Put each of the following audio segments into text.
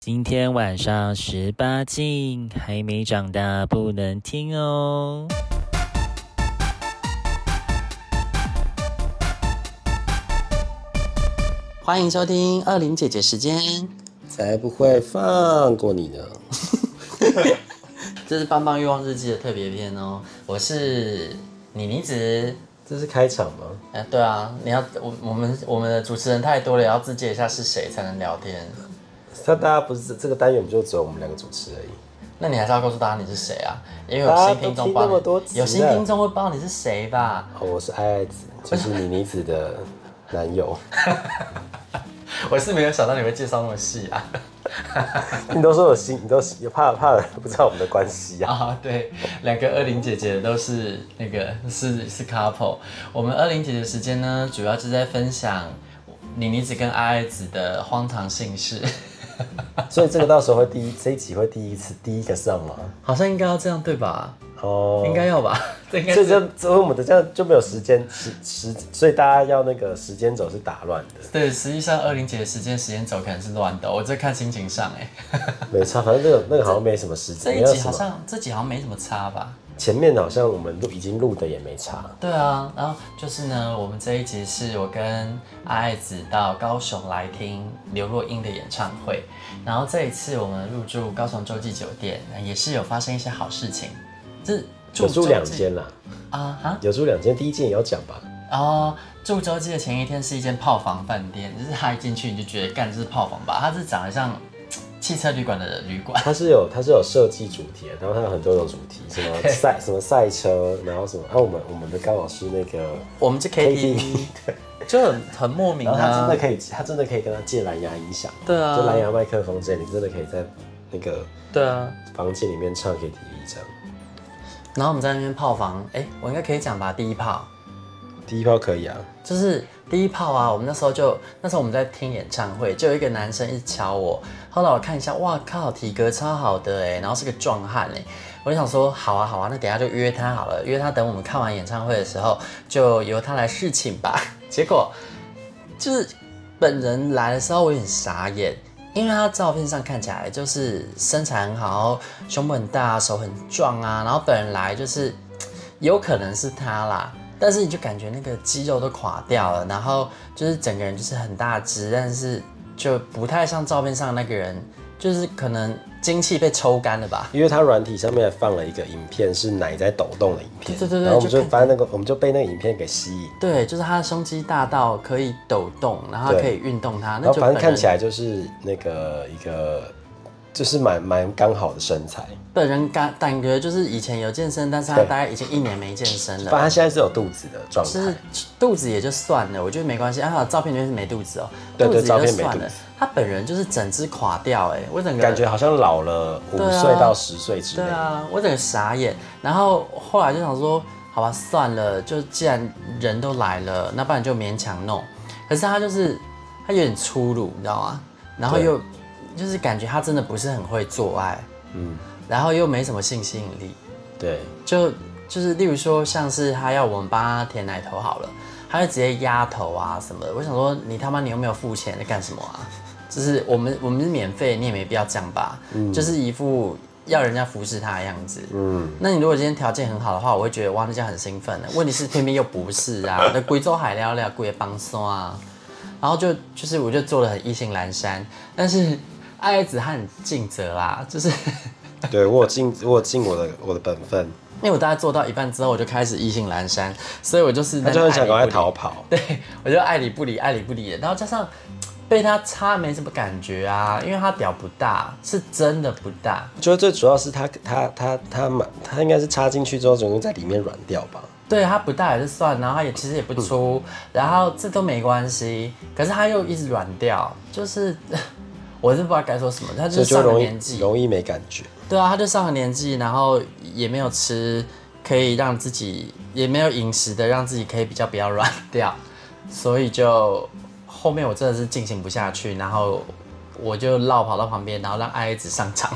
今天晚上十八禁，还没长大不能听哦。欢迎收听二零姐姐时间，才不会放过你呢！这是《棒棒欲望日记》的特别篇哦。我是妮妮子，这是开场吗？哎、对啊，你要我我们我们的主持人太多了，要自介一下是谁才能聊天。他大家不是这个单元不就只有我们两个主持而已？那你还是要告诉大家你是谁啊，因为有新听众大家都听那么帮多你，集了有新听众会不知道你是谁吧？哦，我是爱爱子，就是妮妮子的男 友。 我是没有想到你会介绍那么细啊。 你都说有心，你都你怕怕人不知道我们的关系啊？啊，对，两个二零姐姐都是那个是是 couple。我们二零姐姐时间呢，主要是在分享妮妮子跟阿爱子的荒唐姓 氏，啊所以这个到时候会第一这一集会第一次第一个上吗？好像应该要这样对吧？哦，应该。要吧？ 这应该所以是这这我们的这样就没有时间时时，所以大家要那个时间轴是打乱的，对。实际上，二零姐姐时间时间轴可能是乱的哦，我这看心情上 哎。没差。反正那个那个好像没什么时这间，没一有集什好么。像这集好像没什么差吧？前面好像我们录已经录的也没差。对啊，然后就是呢，我们这一集是我跟阿爱子到高雄来听刘若英的演唱会，然后这一次我们入住高雄洲际酒店，也是有发生一些好事情，这有住两洲际间啦，啊哈有住两间，第一间也要讲吧？哦，住洲际的前一天是一间泡房饭店，就是他一进去你就觉得干这是泡房吧，它是长得像嘖汽车旅馆的旅馆，它是有它是有设计主题的，然后它有很多种主题，什么赛什么赛车，然后什么，啊我们我们的刚好是那个，我们这 KTV 就很很莫名然后它真啊的，可以，它真的可以跟他借蓝牙音响，对啊就蓝牙麦克风这里真的可以在那个对啊。房间里面唱 KTV 这样。然后我们在那边泡房，哎，我应该可以讲吧，第一泡。第一炮可以啊，就是第一炮啊，我们那时候就那时候我们在听演唱会，就有一个男生一直敲我，后来我看一下，哇靠，体格超好的哎、然后是个壮汉哎，我就想说好啊好啊，那等一下就约他好了，约他等我们看完演唱会的时候，就由他来侍寝吧。 结果就是本人来的时候，我有点傻眼。因为他照片上看起来就是身材很好，胸部很大，手很壮啊，然后本人来就是有可能是他啦，但是你就感觉那个肌肉都垮掉了，然后就是整个人就是很大只，但是就不太像照片上那个人，就是可能精气被抽干了吧。因为它软体上面放了一个影片，是奶在抖动的影片，对对对对然后我们就就看啊发现那个我们就被那个影片给吸引，对，就是他的胸肌大到可以抖动，然后对可以运动它，然那后就反正看起来来就是那个一个，就是蛮蛮刚好的身材。本人感感觉就是以前有健身，但是他对大概已经一年没健身反正了。他现在是有肚子的状就是态，肚子也就算了，我觉得没关系。啊，他的照片里面是没肚子哦、对肚对子哦也就照片没算肚了子。他本人就是整只垮掉、哎，我整个感觉好像老了五对啊岁到十岁之类对的。啊，我整个傻眼。然后后来就想说，好吧，算了，就既然人都来了，那不然就勉强弄。可是他就是他有点粗鲁，你知道吗？然后对又就是感觉他真的不是很会做爱，嗯，然后又没什么性吸引力，啊对，就就是例如说像是他要我们帮他舔奶头好了，他就直接压头啊什么的。我想说你他妈你又没有付钱，在干什么啊？就是我们我们是免费，你也没必要这样吧？就是一副要人家服侍他的样子。嗯，那你如果今天条件很好的话，我会觉得哇，那这样很兴奋的。问题是偏偏又不是啊，那贵州海料料贵帮松啊，然后就就是我就做的很意兴阑珊，但是爱子他很尽责啦，啊就是对我有尽 我有尽我的我的本分，因为我大概做到一半之后，我就开始意兴阑珊，所以我就是他那就很想赶快逃跑，跑。 对我就爱理不理，爱理不理的，然后加上被他插没什么感觉啊，因为他屌不大，是真的不大，我觉得最主要是他他他他蛮他应该是插进去之后，整个在里面软掉吧。对他不大也就算，然后他也其实也不出，然后这都没关系，可是他又一直软掉，就是 我是不知道该说什么，他所就以是就上了容年易纪，容易没感觉。对啊，他就上了年纪，然后也没有吃可以让自己，也没有饮食的让自己可以比较不要软 掉，所以就后面我真的是进行不下去，然后我就绕跑到旁边，然后让艾艾子上 场。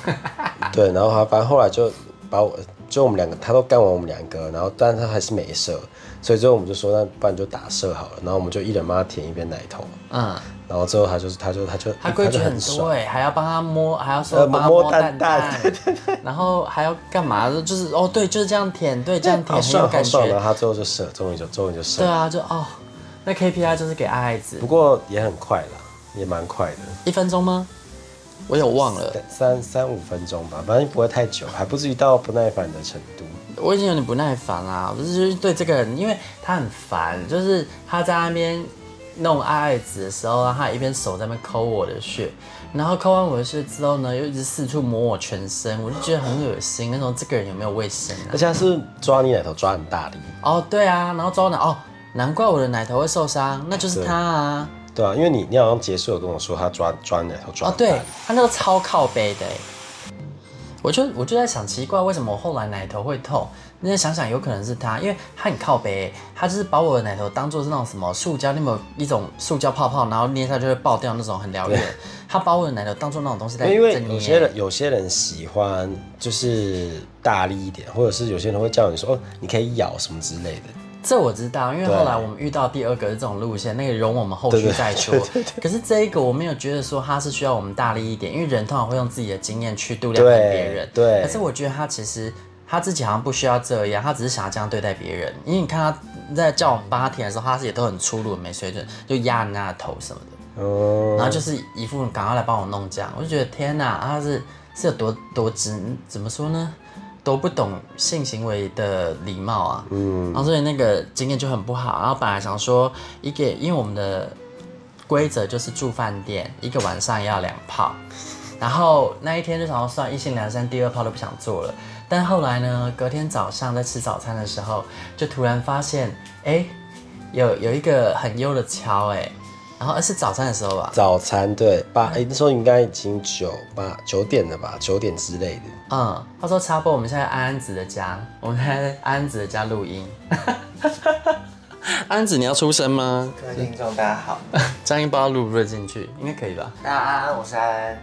对，然后他反正后来就把我就我们两个，他都干完我们两个，然后但是他还是没射，所以最后我们就说那不然就打射好了，然后我们就一人帮他舔一边奶头，嗯，然后最后他就是他就他就他规矩就很爽多哎、还要帮他摸，还要说呃帮他摸摸蛋蛋蛋 蛋，然后还要干嘛？就是哦，对，就是这样舔，对，这样舔好很有爽感好啊爽，然觉。后他最后就射，终于就终于就射对了，啊，就哦，那 KPI 就是给爱爱子不，过也很快啦，也蛮快的。一分钟吗？我有忘了，三三三五分钟吧，反正不会太久，还不至于到不耐烦的程度。我已经有点不耐烦啦。我就是对这个人，因为他很烦，就是他在那边弄爱爱子的时候啊，他一边手在那边抠我的穴，然后抠完我的穴之后呢，又一直四处摸我全身，我就觉得很恶心。那种这个人有没有卫生啊而？且他是抓你奶头抓很大力，哦，对啊，然后抓奶哦，难怪我的奶头会受伤，那就是他啊。对啊，因为你你好像结束有跟我说他抓抓你奶头抓哦，很大力对，他那个超靠背的欸，我就我就在想，奇怪，为什么我后来奶头会痛？那想想有可能是他，因为他很靠背欸，他就是把我的奶头当做是那种什么塑胶，那么一种塑胶泡泡，然后捏下就会爆掉那种，很疗愈的。他把我的奶头当做那种东西在因为在捏有些人有些人喜欢就是大力一点，或者是有些人会叫你说哦，你可以咬什么之类的。这我知道，因为对后来我们遇到第二个是这种路线，那个容我们后续对对再说。可是这一个我没有觉得说他是需要我们大力一点，因为人通常会用自己的经验去度量对给别人。对可是我觉得他其实他自己好像不需要这样，他只是想要这样对待别人。因为你看他在叫我们帮他舔的时候，他也都很粗鲁、没水准，就压人家的头什么的，嗯，然后就是一副赶快来帮我弄这样。我就觉得天哪，啊他是是有多多直，怎么说呢？都不懂性行为的礼貌啊。然后所以那个经验就很不好。然后本来想说一个，因为我们的规则就是住饭店，一个晚上要两炮。然后那一天就想要算一心两山，第二炮都不想做了。但后来呢，隔天早上在吃早餐的时候，就突然发现，哎，有有一个很优的敲哎，然后呃是早餐的时候吧，早餐对八，哎、那时候应该已经九八九点了吧，九点之类的。嗯，他说插播，我们现在安安子的家，我们现在在安安子的家录 音。安子，你要出声吗？各位听众大家好，这样一包录不录得进去？应该可以吧？ 大家安安，我是安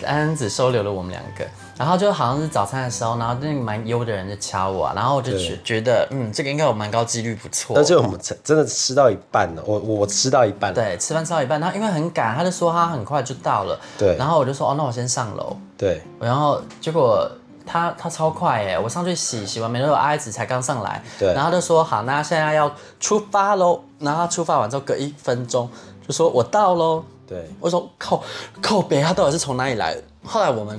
安安子收留了我们两个，然后就好像是早餐的时候，然后那个蛮优的人就敲我、啊，然后我就觉觉得，嗯，这个应该有蛮高几率不错。那就我们真真的吃到一半了，我我我吃到一半了。对，吃饭吃到一半，然后因为很赶，他就说他很快就到了，对然后我就说哦，那我先上楼，对然后结果他他超快哎，我上去洗洗完没多久，阿紫才刚上来，对然后他就说好，那现在要出发喽。然后他出发完之后隔一分钟就说我到喽。对我说靠靠北，他到底是从哪里来的？后来我们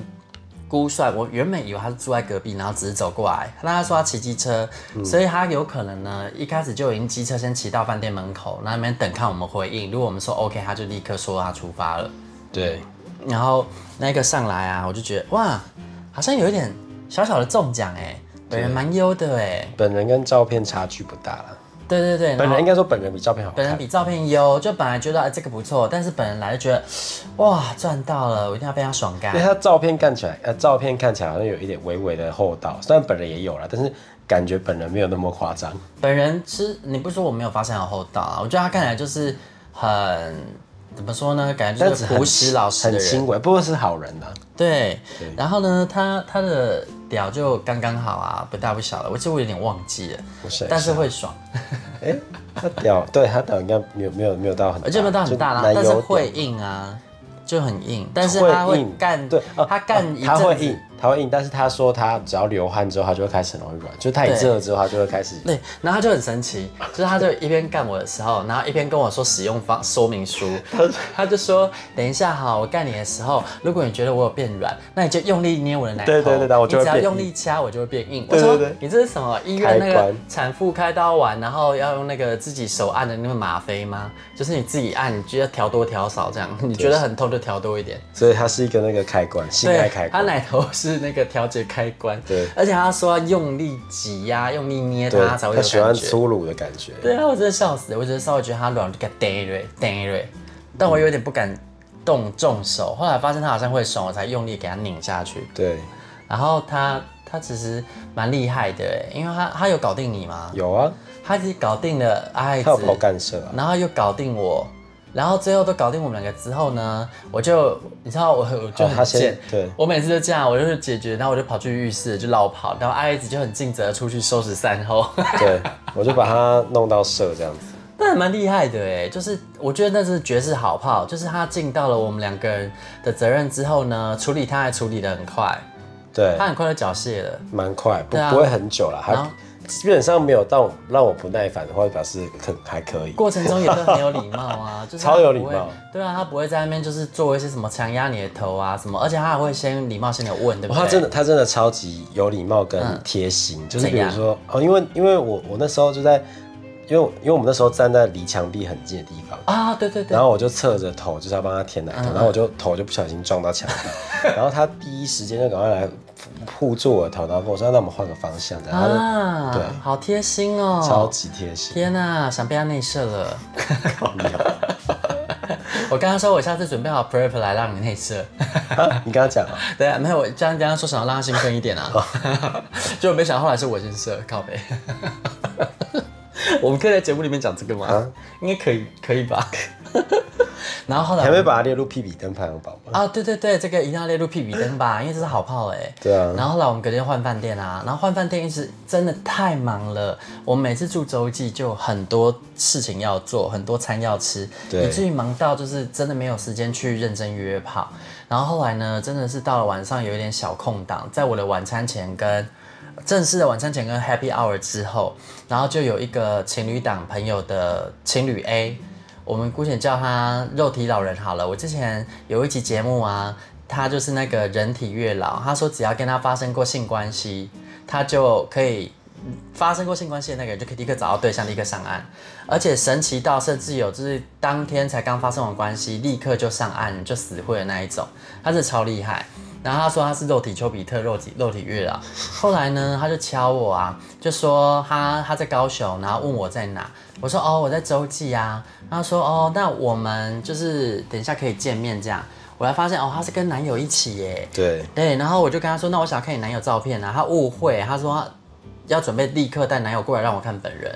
估算，我原本以为他是住在隔壁，然后只是走过来。那他说他骑机车，所以他有可能呢，一开始就已经机车先骑到饭店门口，那那边等看我们回应。如果我们说 OK，他就立刻说他出发了。对，然后那个上来啊，我就觉得哇，好像有一点小小的中奖哎，本人蛮优的哎，本人跟照片差距不大了，对对对，本然后人应该说本人比照片好看。本人比照片优，就本来觉得、哎这个不错，但是本人来就觉得哇赚到了，我一定要被他爽干因为。他照片看起来，呃，照片看起来好像有一点微微的厚道，虽然本人也有啦，但是感觉本人没有那么夸张。本人其实你不说我没有发现有厚道啊，我觉得他看起来就是很怎么说呢，感觉但就是是很朴实老实的很人轻。微，不过是好人啊呐、对对，然后呢，他他的屌就刚刚好啊，不大不小了。我其实我有点忘记了，我想一下但是会爽。他屌，对他屌应该没有没有没有到很大，而且没有到很大啦，就男但是友会屌硬啊，就很硬，但是他会硬干，对，哦他干哦一阵子，他会硬，他会硬，但是他说他只要流汗之后，他就会开始很容易软，就是太对热之后，他就会开始。对，然后他就很神奇，就是他就一边干我的时候，然后一边跟我说使用方说明书，他就说等一下哈，我干你的时候，如果你觉得我有变软，那你就用力捏我的奶头，对对对对我就会你只要变用力掐，我就会变硬。对我对说对你这是什么医院开那个关产妇开刀完，然后要用那个自己手按的那个吗啡吗？就是你自己按，你觉得调多调少这样，你觉得很痛就调多一点。所以他是一个那个开关，性对，爱开他关。奶头是那个调节开关，对而且他说要用力挤呀、用力捏对，它才会有他喜欢感觉。粗鲁的感觉。对啊，我真的笑死了，我只是稍微觉得他软就给呆瑞呆瑞，但我有点不敢动重手，后来发现他好像会手，我才用力给他拧下去。对，然后他他其实蛮厉害的哎，因为他他有搞定你吗？有啊，他自己搞定了阿爱子他有跑干涉啊，然后又搞定我，然后最后都搞定我们两个之后呢，我就你知道我我就哦他很先贱，对我每次都这样，我就是解决，然后我就跑去浴室就绕跑，然后阿姨子就很尽责地出去收拾善后， 对，我就把他弄到射这样子。那还蛮厉害的哎，就是我觉得那是绝世好炮，就是他尽到了我们两个人的责任之后呢，处理他还处理的很快，对他，很快就缴械了。蛮快，不、对啊不会很久了，还然后基本上没有到让我不耐烦的话，表示很还可以。过程中也都很有礼貌 啊，就是他超有礼不会貌。对啊，他不会在那边就是做一些什么强压你的头啊什么，而且他还会先礼貌性的问，对不哇对？哦他真的，他真的超级有礼貌跟嗯贴心，就是比如说哦，因为因为我我那时候就在，因为我因为我们那时候站在离墙壁很近的地方，啊，对对对然，后我就侧着头就是要帮他舔奶嗯头，然后我就头就不小心撞到墙壁，然后他第一时间就赶快来护住我的头，然后跟我说那我们换个方向，然后他啊，对好贴心哦，就超级贴心，天呐、想被他内射 了。啊 我刚刚说，我下次准备好 prep 来让你内射。 啊你跟他讲啊，对啊，没有，我这样这样说想要让他兴奋一点啊。哦 就没想到后来是我先射，靠背。 我们可以在节目里面讲这个吗？啊应该可以，可以 吧？然后后你来还没把他列入屁比登排行榜吗？啊，对对对，这个一定要列入屁比 登吧，因为这是好炮哎、对啊然后后来我们隔天换饭店啊，然后换饭店一直真的太忙了，我们每次住洲际就很多事情要做，很多餐要吃，对以至于忙到就是真的没有时间去认真约炮。然后后来呢，真的是到了晚上有一点小空档，在我的晚餐前跟。正式的晚餐前跟 Happy Hour 之后，然后就有一个情侣档朋友的情侣 A，我们姑且叫他肉体老人好了。我之前有一集节目啊，他就是那个人体月老，他说只要跟他发生过性关系，他就可以嗯发生过性关系的那个人就可以立刻找到对象，立刻上岸。而且神奇到甚至有就是当天才刚发生完关系，立刻就上岸就死会的那一种，他是超厉害。然后他说他是肉体丘比特，肉体肉体月老。后来呢，他就敲我啊，就说他他在高雄，然后问我在哪。我说哦，我在洲际啊。他说哦，那我们就是等一下可以见面这样。我才发现哦，他是跟男友一起耶。对，对，然后我就跟他说，那我想要看你男友照片啊。他误会，他说他要准备立刻带男友过来让我看本人。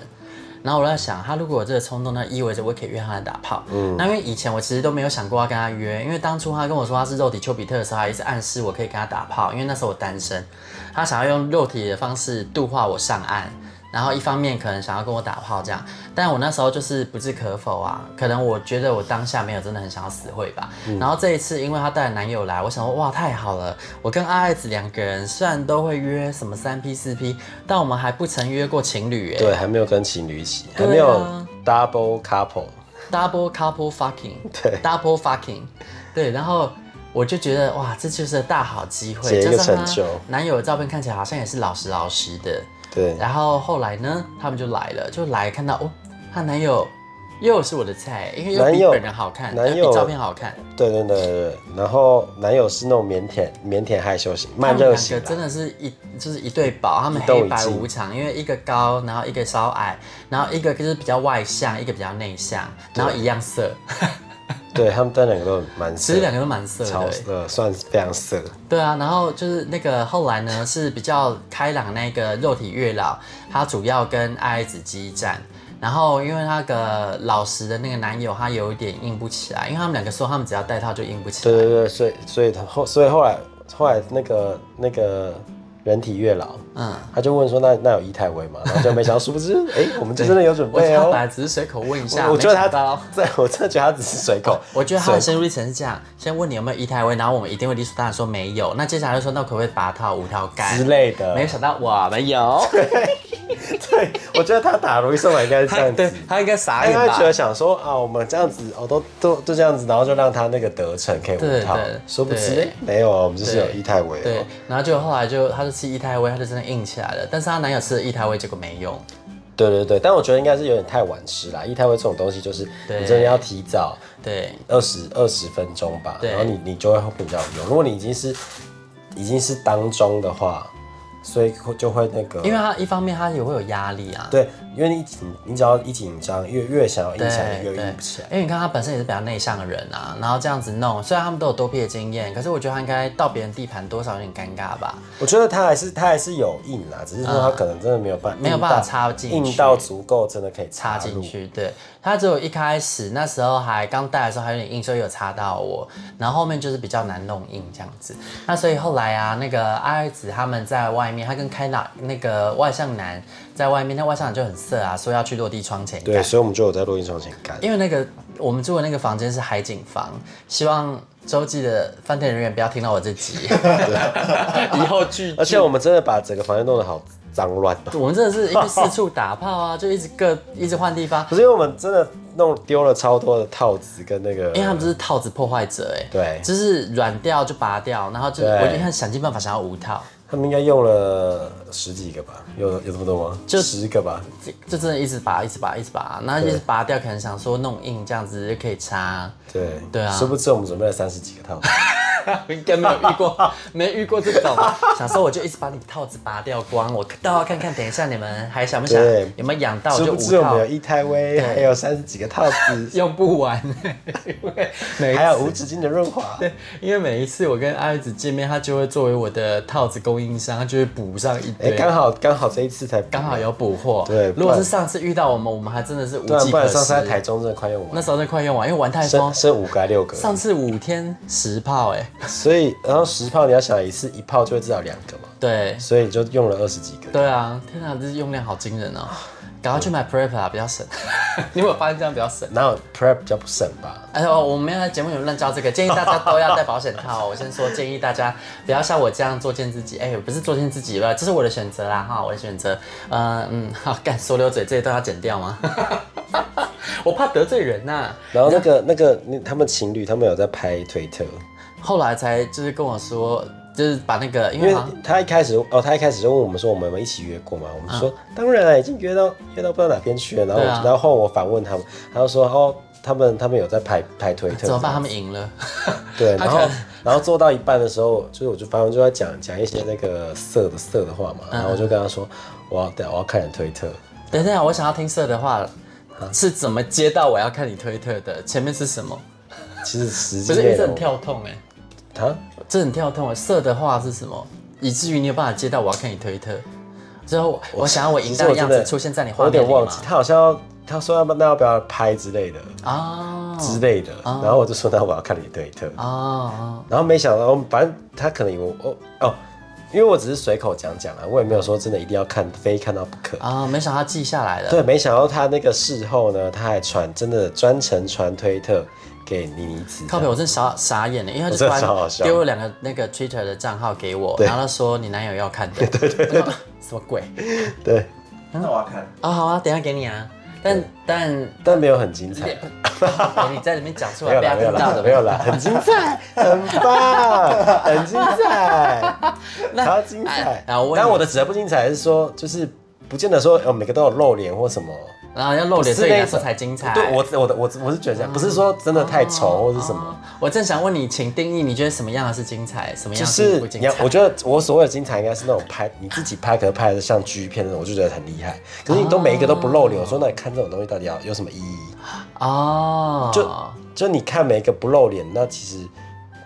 然后我在想，他如果有这个冲动，那意味着我可以约他来打炮。嗯，那因为以前我其实都没有想过要跟他约，因为当初他跟我说他是肉体丘比特的时候，他一直暗示我可以跟他打炮，因为那时候我单身，他想要用肉体的方式度化我上岸，然后一方面可能想要跟我打炮这样，但我那时候就是不置可否啊，可能我觉得我当下没有真的很想要死会吧。然后这一次因为她带了男友来，我想说哇太好了，我跟阿爱子两个人虽然都会约什么三 P 四 P，但我们还不曾约过情侣哎、对，还没有跟情侣一起，还对啊没有 double couple， double couple fucking， 对，double fucking，对，然后我就觉得哇，这就是大好机会，解一个加上她成就男友的照片看起来好像也是老实老实的，对，然后后来呢，他们就来了，就来看到哦，她男友又是我的菜，因为又男比友本人好看，男呃比友照片好看，对对对对对，然后男友是那种腼腆、腼腆害羞型，慢他们热两型个啦，真的是一就是一对宝，他们一斗黑一白进无常，因为一个高，然后一个稍矮，然后一个就是比较外向，一个比较内向，然后一样色，对他们但两个都蛮其色实，两个都蛮色的、超欸色，算是非常色。对啊，然后就是那个后来呢是比较开朗那个肉体月老，他主要跟爱子激战。然后因为那个老实的那个男友，他有一点硬不起来，因为他们两个说他们只要戴套就硬不起对来。对对，所以所以他后所以后来后来那个那个人体月老，嗯，他就问说那那有一台威吗？然后就没想到，殊不 知哎、我们就真的有准我备他哦本。来只是随口问一下，我我觉得没他想到，在我真的觉得他只是随口，我觉得他的随深入历程是这样：先问你有没有一胎位，然后我们一定会理所当然说没有。那接下来就说那可不可以八套、五套干之类的。没想到我没 有，对，我觉得他打如意算盘应该是这他样对子。 他应该傻哎他眼应该吧觉？得想说啊，我们这样子，哦，都都就这样子，然后就让他那个得逞可以对五套对，殊不知对哎没有啊，我们就是有对一太维对哦，，然后就后来就她就吃一胎威，她就真的硬起来了。但是她男友吃了一胎威，结果没用。对对对，但我觉得应该是有点太晚吃啦，一太维这种东西就是对你真的要提早对二十二十分钟吧，对然后你你就会比较有用。如果你已经是已经是当中的话，所以会就会那个，因为他一方面他也会有压力啊，对，因为你紧，你只要一紧张，越越想要硬起来，越对硬不起来。因为你看他本身也是比较内向的人啊，然后这样子弄，虽然他们都有多批的经验，可是我觉得他应该到别人地盘多少有点尴尬吧。我觉得他还是他还是有硬啦，只是说他可能真的没有办法，嗯没有办法插进去硬到足够真的可以插入进。去，对他只有一开始那时候还刚带的时候还有点硬，所以有插到我，然后后面就是比较难弄硬这样子。那所以后来啊，那个阿二子他们在外面，他跟开朗那个外向男在外面，那外向男就很色啊，说要去落地窗前对，干，所以我们就有在录音窗前干。因为那个我们住的那个房间是海景房，希望周记的饭店人员不要听到我这集， 以后拒而且我们真的把整个房间弄得好脏乱哦，我们真的是一直四处打炮啊，就一直各一直换地方不，是因为我们真的弄丢了超多的套子跟那个，因为他们就是套子破坏者哎、对就是软掉就拔掉，然后就对我就看想尽办法想要无套，他们应该用了十几个吧，有有这么多吗？就十个吧，就就真的一直拔一直拔一直拔，然后一直拔掉，可能想说弄硬这样子就可 以插，对对啊殊不知我们准备了三十几个套子，应该没有遇过，没遇过这种，想说我就一直把你套子拔掉光，我倒要看看等一下你们还想不想对有没有养到殊就不知无我们套有，一胎威，还有三十几个套子，用不完， 因为每一还有次无止境的润滑。对，因为每一次我跟阿紫见面，他就会作为我的套子供应商，他就会补上一哎，堆。刚好刚好这一次才刚好有补货。对如果是上次遇到我们，我们还真的是无对啊，计不可然上次在施。台中真的快用完，那时候真的快用完，因为玩太剩疯。剩五个还六个，上次五天十炮、哎，所以然后十炮你要想一次一炮就会至少两个嘛，对，所以就用了二十几个。对啊，天哪，这用量好惊人哦！赶快去买 Prep 啊，比较省。 你有没有发现这样比较省？哪有 prep 比较不省吧？哎呦，我们要在节目里面乱教这个，建议大家都要戴保险套。我先说，建议大家不要像我这样作践自己。哎、不是作践自己吧，这是我的选择啦，哈，我的选择。嗯嗯，好，干说溜嘴这一段要剪掉吗？ 我怕得罪人呐、然后那个那个那他们情侣他们有在拍推特，后来才就是跟我说，就是把那个，因因为为好像他一开始哦，他一开始就问我们说我们有没有一起约过嘛？我们说、当然啊了，已经约到约到不知道哪边去了。然后、嗯对啊然后后来我反问他们，他就说哦，他们他们有在拍拍推特，怎么办？他们赢了， 对，他然可后能然后做到一半的时候，就是我就反正就在讲讲一些那个色的色的话嘛，然后我就跟他说我要对我要看你推特，等一下，我想要听色的话，是怎么接到我要看你推特的？前面是什么？其实实际不是，因为内这很容跳痛哎、啊，这很跳痛哎、色的话是什么？以至于你有办法接到我要看你推特，之后我我想要我其淫实荡我的真样的子出现在你我画有面点里忘吗记，？他好像要他说要不那要不要拍之类的啊之类的，然后我就说那我要看你推特，啊啊！然后没想到，反正他可能以为我哦哦，因为我只是随口讲讲啊，我也没有说真的一定要看，非看到不可。啊！没想到他记下来了。对，没想到他那个事后呢，他还传真的专程传推特给妮妮子，靠北，我真的傻傻眼欸了，因为他就我真突的超好然笑丢了两个那个 Twitter 的账号给我，对然后他说你男友要看的，对对对， 什么鬼对，那我要看。啊？好啊，等一下给你啊，但但但没有很精彩，给你在里面讲出没来有啦，没有被他听到啦的，，没有啦，很精彩，很棒，很精 彩，超精彩哎。然后我问你但我的指的不精彩是说，就是不见得说呃每个都有露脸或什么。然后要露脸，是所以那来说种才精彩。对我我的我我是觉得这样，不是说真的太丑或是什么。哦我正想问你，请定义你觉得什么样的是精彩，哎什么就样是是不精你要，彩？我觉得我所谓的精彩应该是那种拍你自己拍，可能拍的像 G 片那种，我就觉得很厉害。可是你都每一个都不露脸，我说那你看这种东西到底要有什么意义？哦，就就你看每一个不露脸，那其实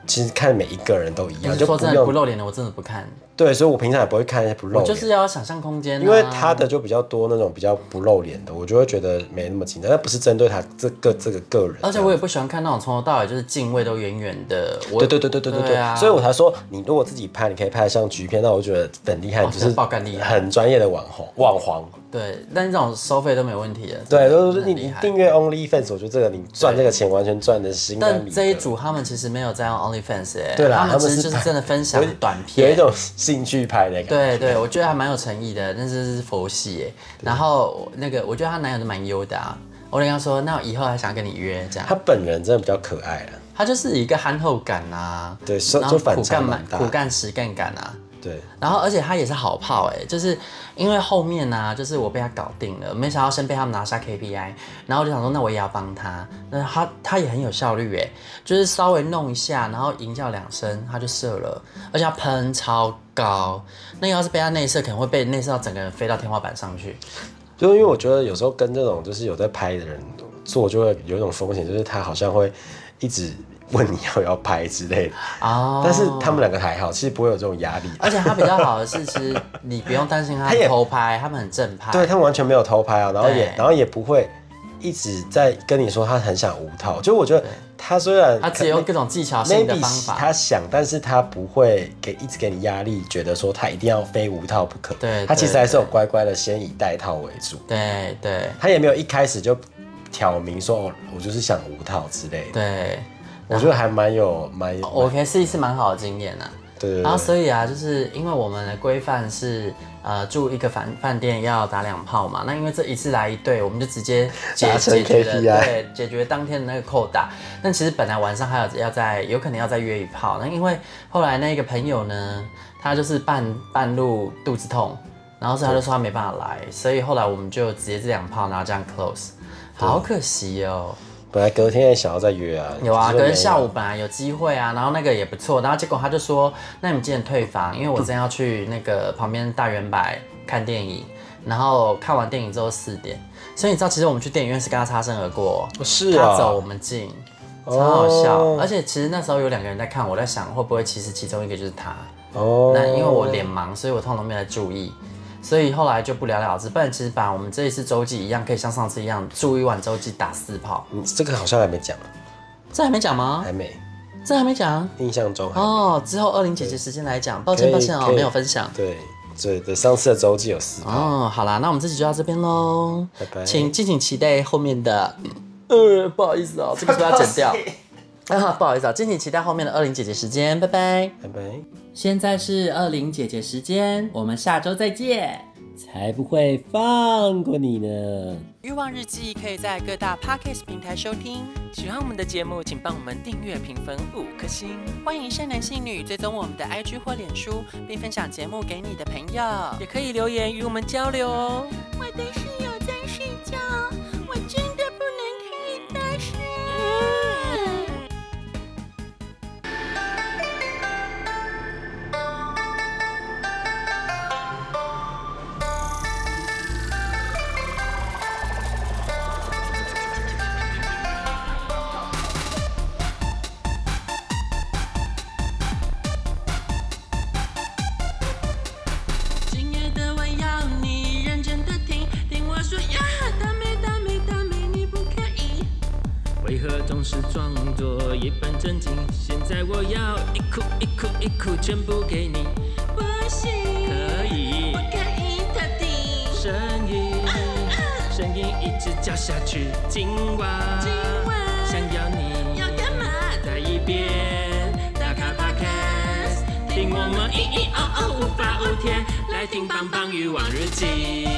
其实看每一个人都一你样，是就说不真的不用露脸的，我真的不看，对，所以我平常也不会看一些不露我脸，就是要有想象空间啊。因为他的就比较多那种比较不露脸的，我就会觉得没那么紧张。但不是针对他这个这个个人，而且我也不喜欢看那种从头到尾就是敬畏都远远的。我对对对对对对对，啊、所以我才说，你如果自己拍，你可以拍得像 G 片，那我就觉得很厉害，哦就这是爆肝厉害很专业的网红网黄。对，但这种收费都没问题的。对，真就的是你很厉你害订阅 OnlyFans，我觉得这个你赚这个钱完全赚的心安理但得这一组他们其实没有在用 OnlyFans 哎、对啦他们他们其实是就是拍真的分享短有一片。种兴趣拍的感觉。对对，我觉得还蛮有诚意的，但是是佛系哎。然后那个，我觉得她男友都蛮优的啊。我跟他说，那我以后还想跟你约这样他。本人真的比较可爱了，他就是一个憨厚感啊，对，所然就后反苦差干蛮满大苦。干实干感啊，对，然后而且他也是好炮哎、就是因为后面呢、就是我被他搞定了，没想到先被他们拿下 KPI，然后我就想说，那我也要帮他，那他他也很有效率哎、就是稍微弄一下，然后吟叫两声他就射了，而且他喷超高，那要是被他内射，可能会被内射到整个人飞到天花板上去。就是因为我觉得有时候跟这种就是有在拍的人做，就会有一种风险，就是他好像会一直问你要不要拍之类的。哦，但是他们两个还好，其实不会有这种压力。啊而且他比较好的是，其实你不用担心他他也偷拍，他们很正派。对他们完全没有偷拍啊，然后也对然后也不会一直在跟你说他很想无套。就我觉得他虽然他只有各种技巧性的 maybe 方法。他想，但是他不会给一直给你压力，觉得说他一定要非无套不可。对他其对实还是有乖乖的先以带套为主，对对他也没有一开始就挑明说哦，我就是想无套之类的。对我觉得还蛮有蛮有， ，OK，是一次蛮好的经验啊。对对然后对，所以啊，就是因为我们的规范是，呃，住一个饭饭店要打两炮嘛。那因为这一次来一对，我们就直接解达成解决了， KPI 对，解决当天的那个扣打。但其实本来晚上还有要再有可能要再约一炮，那因为后来那个朋友呢，他就是半半路肚子痛，然后所以他就说他没办法来，所以后来我们就直接这两炮，然后这样 close。好可惜哦。本来隔天也想要再约啊，有啊，只是没跟下午本来有机会啊，然后那个也不错，然后结果他就说，那你们几点退房？因为我正要去那个旁边大圆柏看电影，然后看完电影之后四点，所以你知道，其实我们去电影院是跟他擦身而过，是他啊，走我们进，超好笑。哦而且其实那时候有两个人在看，我在想哦会不会其实其中一个就是他，哦，那因为我脸盲，所以我通常都没来注意。所以后来就不了了之，不然其实把我们这一次周记一样，可以像上次一样，住一晚周记打四炮，嗯这个好像还没讲，啊这还没讲吗还？没，这还没讲。印象中还没。啊哦，之后二零姐姐时间来讲，抱可歉以抱歉哦，可以没有分享。对对对，上次的周记有四炮，哦，好啦，那我们这集就到这边喽，拜拜请敬请期待后面的。呃，不好意思 哦，这个是不是要剪掉 啊，不好意思啊，敬请期待后面的二零姐姐时间，拜拜。拜拜。现在是二零姐姐时间，我们下周再见。才不会放过你呢。欲望日记可以在各大 podcast 平台收听。喜欢我们的节目，请帮我们订阅、评分五颗星。欢迎善男信女追踪我们的 IG 或脸书，并分享节目给你的朋友，也可以留言与我们交流哦。我的室友在睡觉，我真的不能开大声。嗯亲爱的，我要你认真的听，听我说呀，大美大美大美，你不可以。为何总是装作一本正经？现在我要一哭一哭一哭，全部给你。不行，可以不，可以特地。声音，啊声音一直叫下去。今晚，今晚想要你要干嘛？再一遍，打开 Podcast，听我们咿咿哦哦无法无天，来听棒棒鱼网日记。